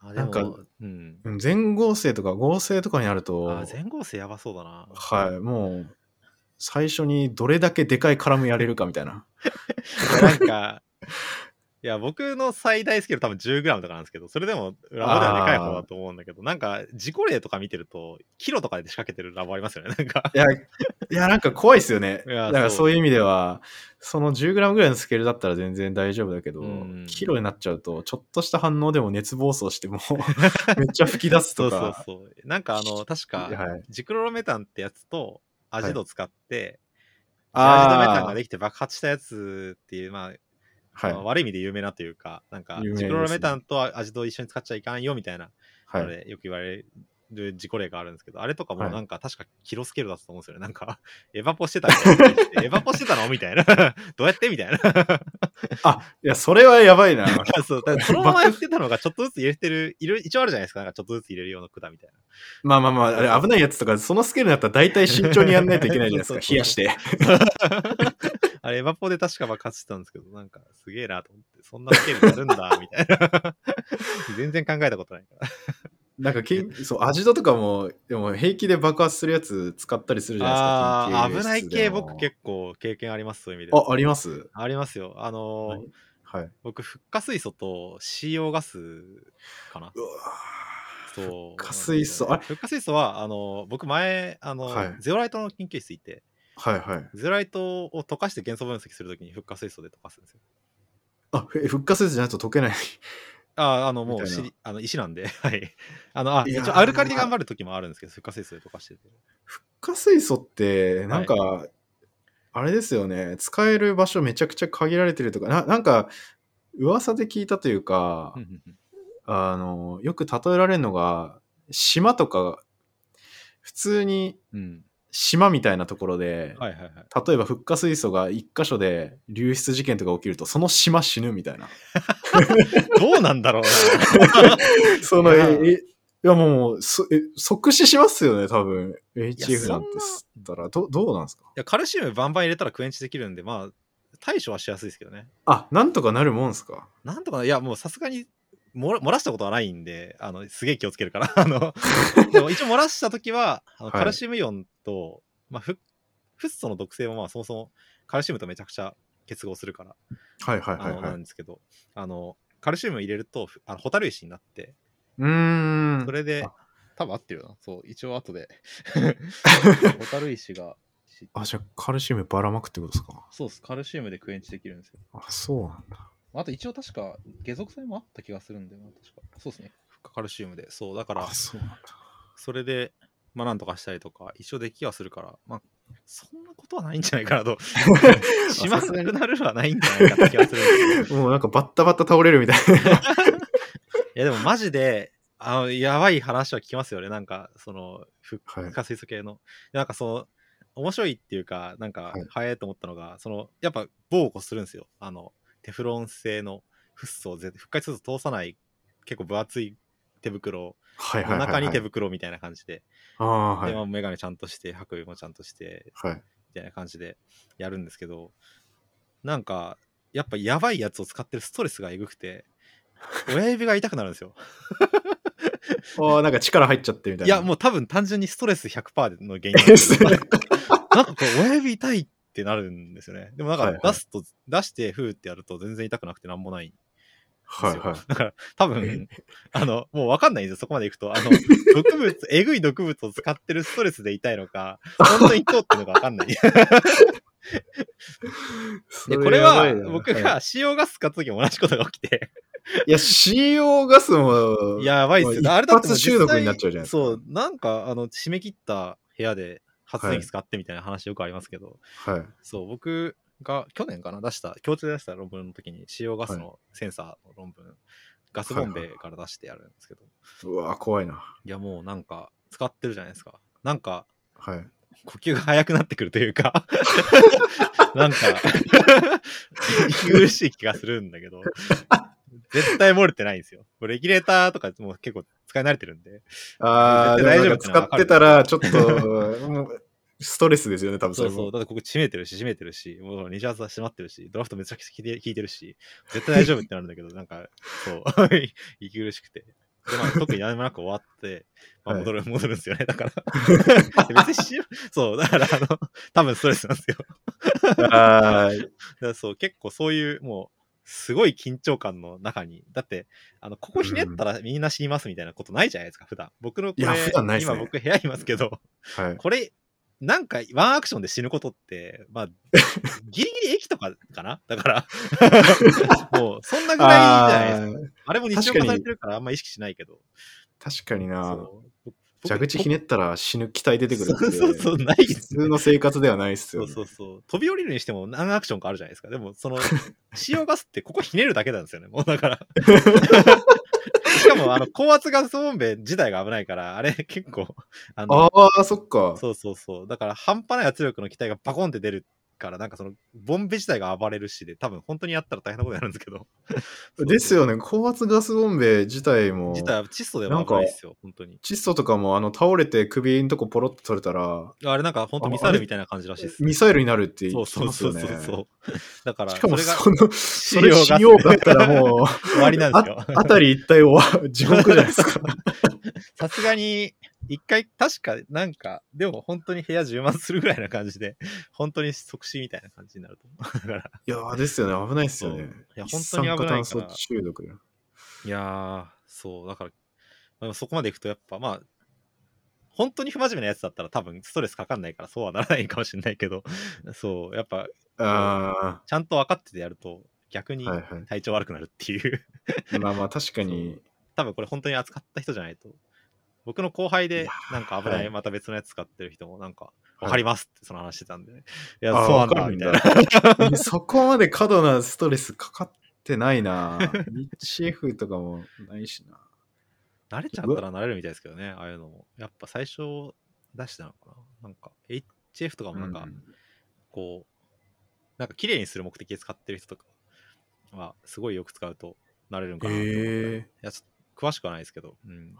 あ、でなんかも、うん。うん全合成とか合成とかになるとあ、、全合成やばそうだな。はい、もう、最初にどれだけでかいカラムやれるかみたいな。いやなんか、いや、僕の最大スケール多分 10g とかなんですけど、それでもラボではでかい方だと思うんだけど、なんか、事故例とか見てると、キロとかで仕掛けてるラボありますよね、なんか。いや、いやなんか怖いですよね。いだやからそうそういう意味では、その 10g ぐらいのスケールだったら全然大丈夫だけどうん、キロになっちゃうと、ちょっとした反応でも熱暴走しても う、めっちゃ吹き出すそとうそうか。そう。なんか、あの、確か、はい、ジクロロメタンってやつと、アジド使って、アジドメタンあができて爆発したやつっていう、まあ、あー、まあはい。悪い意味で有名なというか、なんか、有名ですジねクロロメタンとアジドを一緒に使っちゃいかんよみたいな、あはい、れよく言われる事故例があるんですけど、あれとかもはいなんか確かキロスケールだったと思うんですよね。なんか、 エヴァポしてたみたいな感じで。エヴァポしてたのみたいな。 どうやってみたいな。 あ、いや、それはやばいな。そう だからそのままやってたのがちょっとずつ入れてる、いろいろ一応あるじゃないですか。なんかちょっとずつ入れるような管みたいまあまあまあ、あれ危ないやつとか、そのスケールだったら大体慎重にやんないといけないじゃないです そかうそう。そう冷やして。な。あれ、エヴァポで確か爆発してたんですけど、なんかすげえなと思って、そんなスケールやるんだ、みたいな。 全然考えたことないから。なんかけん、そう、アジトとかも、でも平気で爆発するやつ使ったりするじゃなあいーです危か。ない系、僕構。結構経験あります、そういう意味で。あ、ありますありますよ。あのー何はい。僕、フッ化水素と CO ガスかな。うわそう。フッ化水素あれフッ化水素は、あの、僕前、あの、はいゼオライトの研究室行って、ーはいはい。ゼオライトを溶かして元素分析するときにフッ化水素で溶かすんですよ。あ、え復活説じゃないと解けない。 ああの、もうみたいなしあの石なんで、 はい。あの、あ、い一やー応アルカリで頑張るときもあるんですけど、フッ化水素で溶かしてて。復活水素って、なんか、あれですよね、使える場所めちゃくちゃ限られてるとか、ななんか、噂で聞いたというか、うんうんうんあの、よく例えられるのが、島とか、普通にうん。島みたいなところで、はいはいはい。例えば、フッ化水素が一箇所で流出事件とか起きると、その島死ぬみたいな。どうなんだ ろう その、いやえ、えいやもう、そえ即死しますよね、多分。そ HF んななんて吸ったら、どどうなんですかいや、カルシウムバンバン入れたらクエンチできるんで、まあ、対処はしやすいですけどね。あ、なんとかなるもんすかなんとかな、いや、もうさすがに漏ら、漏らしたことはないんで、あの、すげえ気をつけるから。 あ の、でも一応漏らしたときは、あのはいカルシウムイオンと、まあ、フッフッ素の毒性も、まあ、そもそもカルシウムとめちゃくちゃ結合するから、はいはいはあいの、はい。なんうですけど、あの、カルシウム入れると、ふあのホタル石になって、ーんそ。れであ、多分合ってるよな。そう、一応 後で。ホタル石が、あ、じゃあカルシウムばらまくってことですかそうです、カルシウムでクエンチできるんですよ。あ、そうなんだ。あと一応確か、下属性もあった気がするんだよな、確か。そうですね。カルシウムで。そう、だからあ、、そうなんだ。それで、まあなんとかしたりとか、一応できはするから、まあ、そんなことはないんじゃないかな と。しまなくなるはないんじゃないかって気がするん ですけど。もうなんかバッタバッタ倒れるみたいな。いや、でもマジで、あの、やばい話は聞きますよね。なんか、その、ふ はい不可水素系の。なんかその、面白いっていうか、なんかはい、早いと思ったのが、その、やっぱ、防護するんですよ。あの、テフロン製のフッ素を絶、復活すると通さない、結構分厚い手袋、はいおはいはい、はい。腹に手袋みたいな感じで、ああ、はいで、。まあ、メガネちゃんとして、白衣もちゃんとして、はい。みたいな感じでやるんですけどなんかやっぱやばいやつを使ってるストレスがえぐく て親指が痛くなるんですよああ、なんか力入っちゃってみたいいな。やもう多分単純にストレス100%の原因えそれなんかこれ親指痛いってなるんですよねでもなんはいはかい出すと、出してフーってやると全然痛くなくてなんもないんですよはいはい。だから多分あのもう分かんないんですよそこまでいくとあ の毒物えぐい毒物を使ってるストレスで痛いのか本当に痛うってのか分 かんないそでこれはやばいな僕はいが CO ガス買った時も同じことが起きていや、CO ガスも、やばいっすよ。まああれだってもう一発中毒になっちゃうじゃない実際ですかそう、なんか、あの、締め切った部屋で発電機使ってみたいな話よくありますけど、はい、そう、僕が去年かな、出した、共通で出した論文の時に、使用ガスのセンサーの論文、ガスボンベから出してやるんですけど、い、うわ怖いな。や、もうなんか、使ってるじゃないですか。なんか、はい。呼吸が速くなってくるという か、なんか、 息苦しい気がするんだけど、絶対漏れてないんですよ。レギュレーターとかもう結構使い慣れてるんで、あー、絶対でも大丈夫なんか使ってたら、ちょっと、もうストレスですよね、多分そそれうそう。も。だってここ締めてるし、締めてるし、もう西発は閉まってるし、ドラフトめ ちゃくちゃ効いて効いてるし、絶対大丈夫ってなるんだけど、なんか、そう、息苦しくて。で、まあ、特に何もなく終わって、まあ、はい戻る、戻るんですよね。だ から。別にしようそう、だから、あの、多分ストレスなんですよ。 あーだからそう、結構そういう、もう、すごい緊張感の中に、だって、あの、ここひねったらみんな死にますみたいなことないじゃないですか、普段。僕のこれ、いや普段ないっすね今僕部屋いますけど、はい。これ、なんか、ワンアクションで死ぬことって、 まあ、ギリギリ駅とかかなだから、もう、そんなぐらいじゃないですか。あーあれも日常化されてるから、あんま意識しないけど。確かにな。そう蛇口ひねったら死ぬ機体出てくるってそうそうそう、ないで普す通の生活ではないっすそようね、そうそう。飛び降りるにしても何アクションかあるじゃないですか。でも、 その、塩ガスってここひねるだけなんですよね。もうだから。しかも、あの、高圧ガスボンベ自体が危ないから、あれ結構、あの、ああ、そっか。そうそうそう。だから、半端ない圧力の機体がバコンって出るから、なんかその、ボンベ自体が暴れるしで、多分本当にやったら大変なことになるんですけど。ですよね。高圧ガスボンベ自体も、自体は窒素でも危ないですよ、本当に。窒素とかもあの倒れて首のとこポロッと取れたら、あれなんか本当ミサイルみたいな感じらしいです。ミサイルになるって言そうってそうまそすようそね。うそう。だから、しかもそれがその、それ資し料がようがあったらもう、終わりなんですよ。あたり一体は地獄じゃないですか。 さすがに、一回、確か、なんか、でも本当に部屋充満するぐらいな感じで、本当に即死みたいな感じになると思う。だから、 いやーですよね。危ないですよね。そういや本当に危ないから一酸化炭素中毒だ。いやー、そう、だから、まあそこまでいくと、やっぱ、まあ、本当に不真面目なやつだったら多分ストレスかかんないからそうはならないかもしれないけど、そう、やっぱ、あちゃんと分かっててやると、逆あ、にはいは体調悪くなるっていう。い。まあまあ確かに、多分これ本当に扱った人じゃないと僕の後輩いでやなんか危ない、はいまた別のやつ使ってる人もなんかい分かりますってその話してたんで、い、やあーそうなんだわかるみんたいだな そこまで過度なストレスかかってないな。CF とかもないしな。慣れちゃったら慣れるみたいですけどねああいうのもやっぱ最初出してなのかななんか HF とかもなんかうんこう、なんか綺麗にする目的で使ってる人とかはすごいよく使うと慣れるんかなと思って、へいえやちょっと詳しくはないですけど、うん、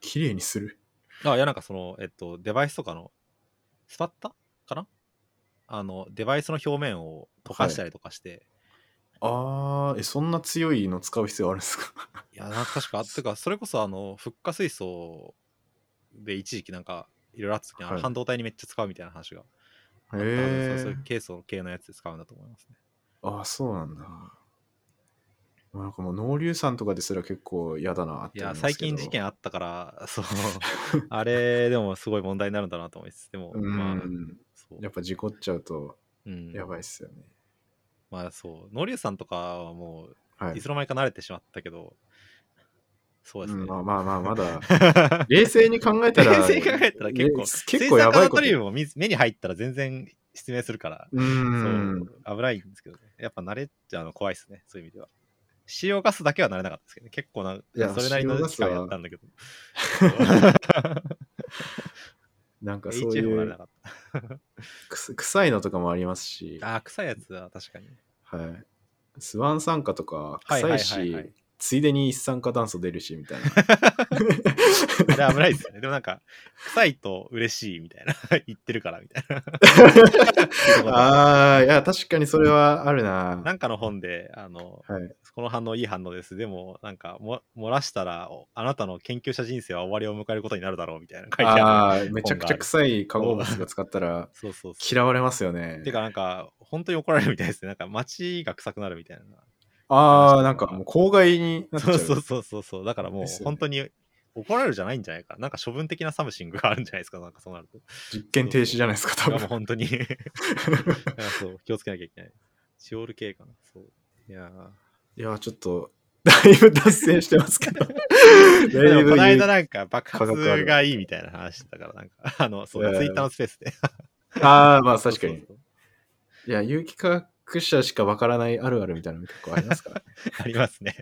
綺麗にする。あ、いや、なんかその、えっと、デバイスとかの、スパッタかなあの、デバイスの表面を溶かしたりとかして、ああ、え、そんな強いの使う必要あるんですかい、や、なんか確か、てか、それこそ、あの、フッ化水素で一時期なんか、いろいろあった時に、あのはい半導体にめっちゃ使うみたい な話が、へ多分そうそういえうケースの系のやつで使うんだと思いますね。ああ、そうなんだ。なんかもう農硫酸とかですら結構嫌だなっいて思や、います最けど近事件あった から、そう、あれ、でもすごい問題になるんだなと思います。でも、うん、まあ、そうやっぱ事故っちゃうとうん、やばいっすよね。まあそう、ノリュウさんとかはもう、はいい。つの間にか慣れてしまったけど、そうですうね。、んまあまあまあ、まだ 冷冷静に考えたら、静に考えたら結構ね、結構やばいこ水酸化ナトとリウムも水目に入ったら全然失明するから、うそん。う危ないんですけどね。やっぱ慣れちゃうの怖いですね、そういう意味では。CO ガスだけは慣れなかったですけどね、結構な、やそれなり塩のガ期スは間やったんだけ ど、なんかそう HF もい慣れなうかっくす臭いのとかもありますし、た。ああ、臭いやつは確かに。はい。スワン酸化とかはいは臭いはいいはいし、ついでに一酸化炭素出るしみたいな。 あれ危ないですよね。でもなんか、臭いと嬉しいみたいな、 言ってるからみたい な。ああ、いや、確かにそれはあるな。なんかの本で、あの、はい。この反応いい反応です。でも、なんかも、漏らしたら、おあなたの研究者人生は終わりを迎えることになるだろうみたいな書いてある。ああー、めちゃくちゃ臭い化合物が使ったらそうそうそう。嫌われますよねて。か、なんか、本当に怒られるみたいですね。なんか、街が臭くなるみたいな。ああ、なんかもう公害になっちゃ。そううそうそうそうそう。だからもうです、よね本当に怒られるじゃないんじゃないかな。なんか、処分的なサムシングがあるんじゃないですか。なんか、そうなると。い実験停止じゃないですか、多や、もう分。本当 にいや。そう、気をつけなきゃいけない。シオール系かな。そう。いやーいや、ちょっと、だいぶ脱線してま すけど。だいでもこぶの間なんか爆価格あ発るがいいみたいな話してたから、なんか、あの、そう、えーツイッターのスペースで。ああ、まあ確か そにう。そういや、有機化学者しかわからないあるあるみたいなのも結構ありますから。そうありますね。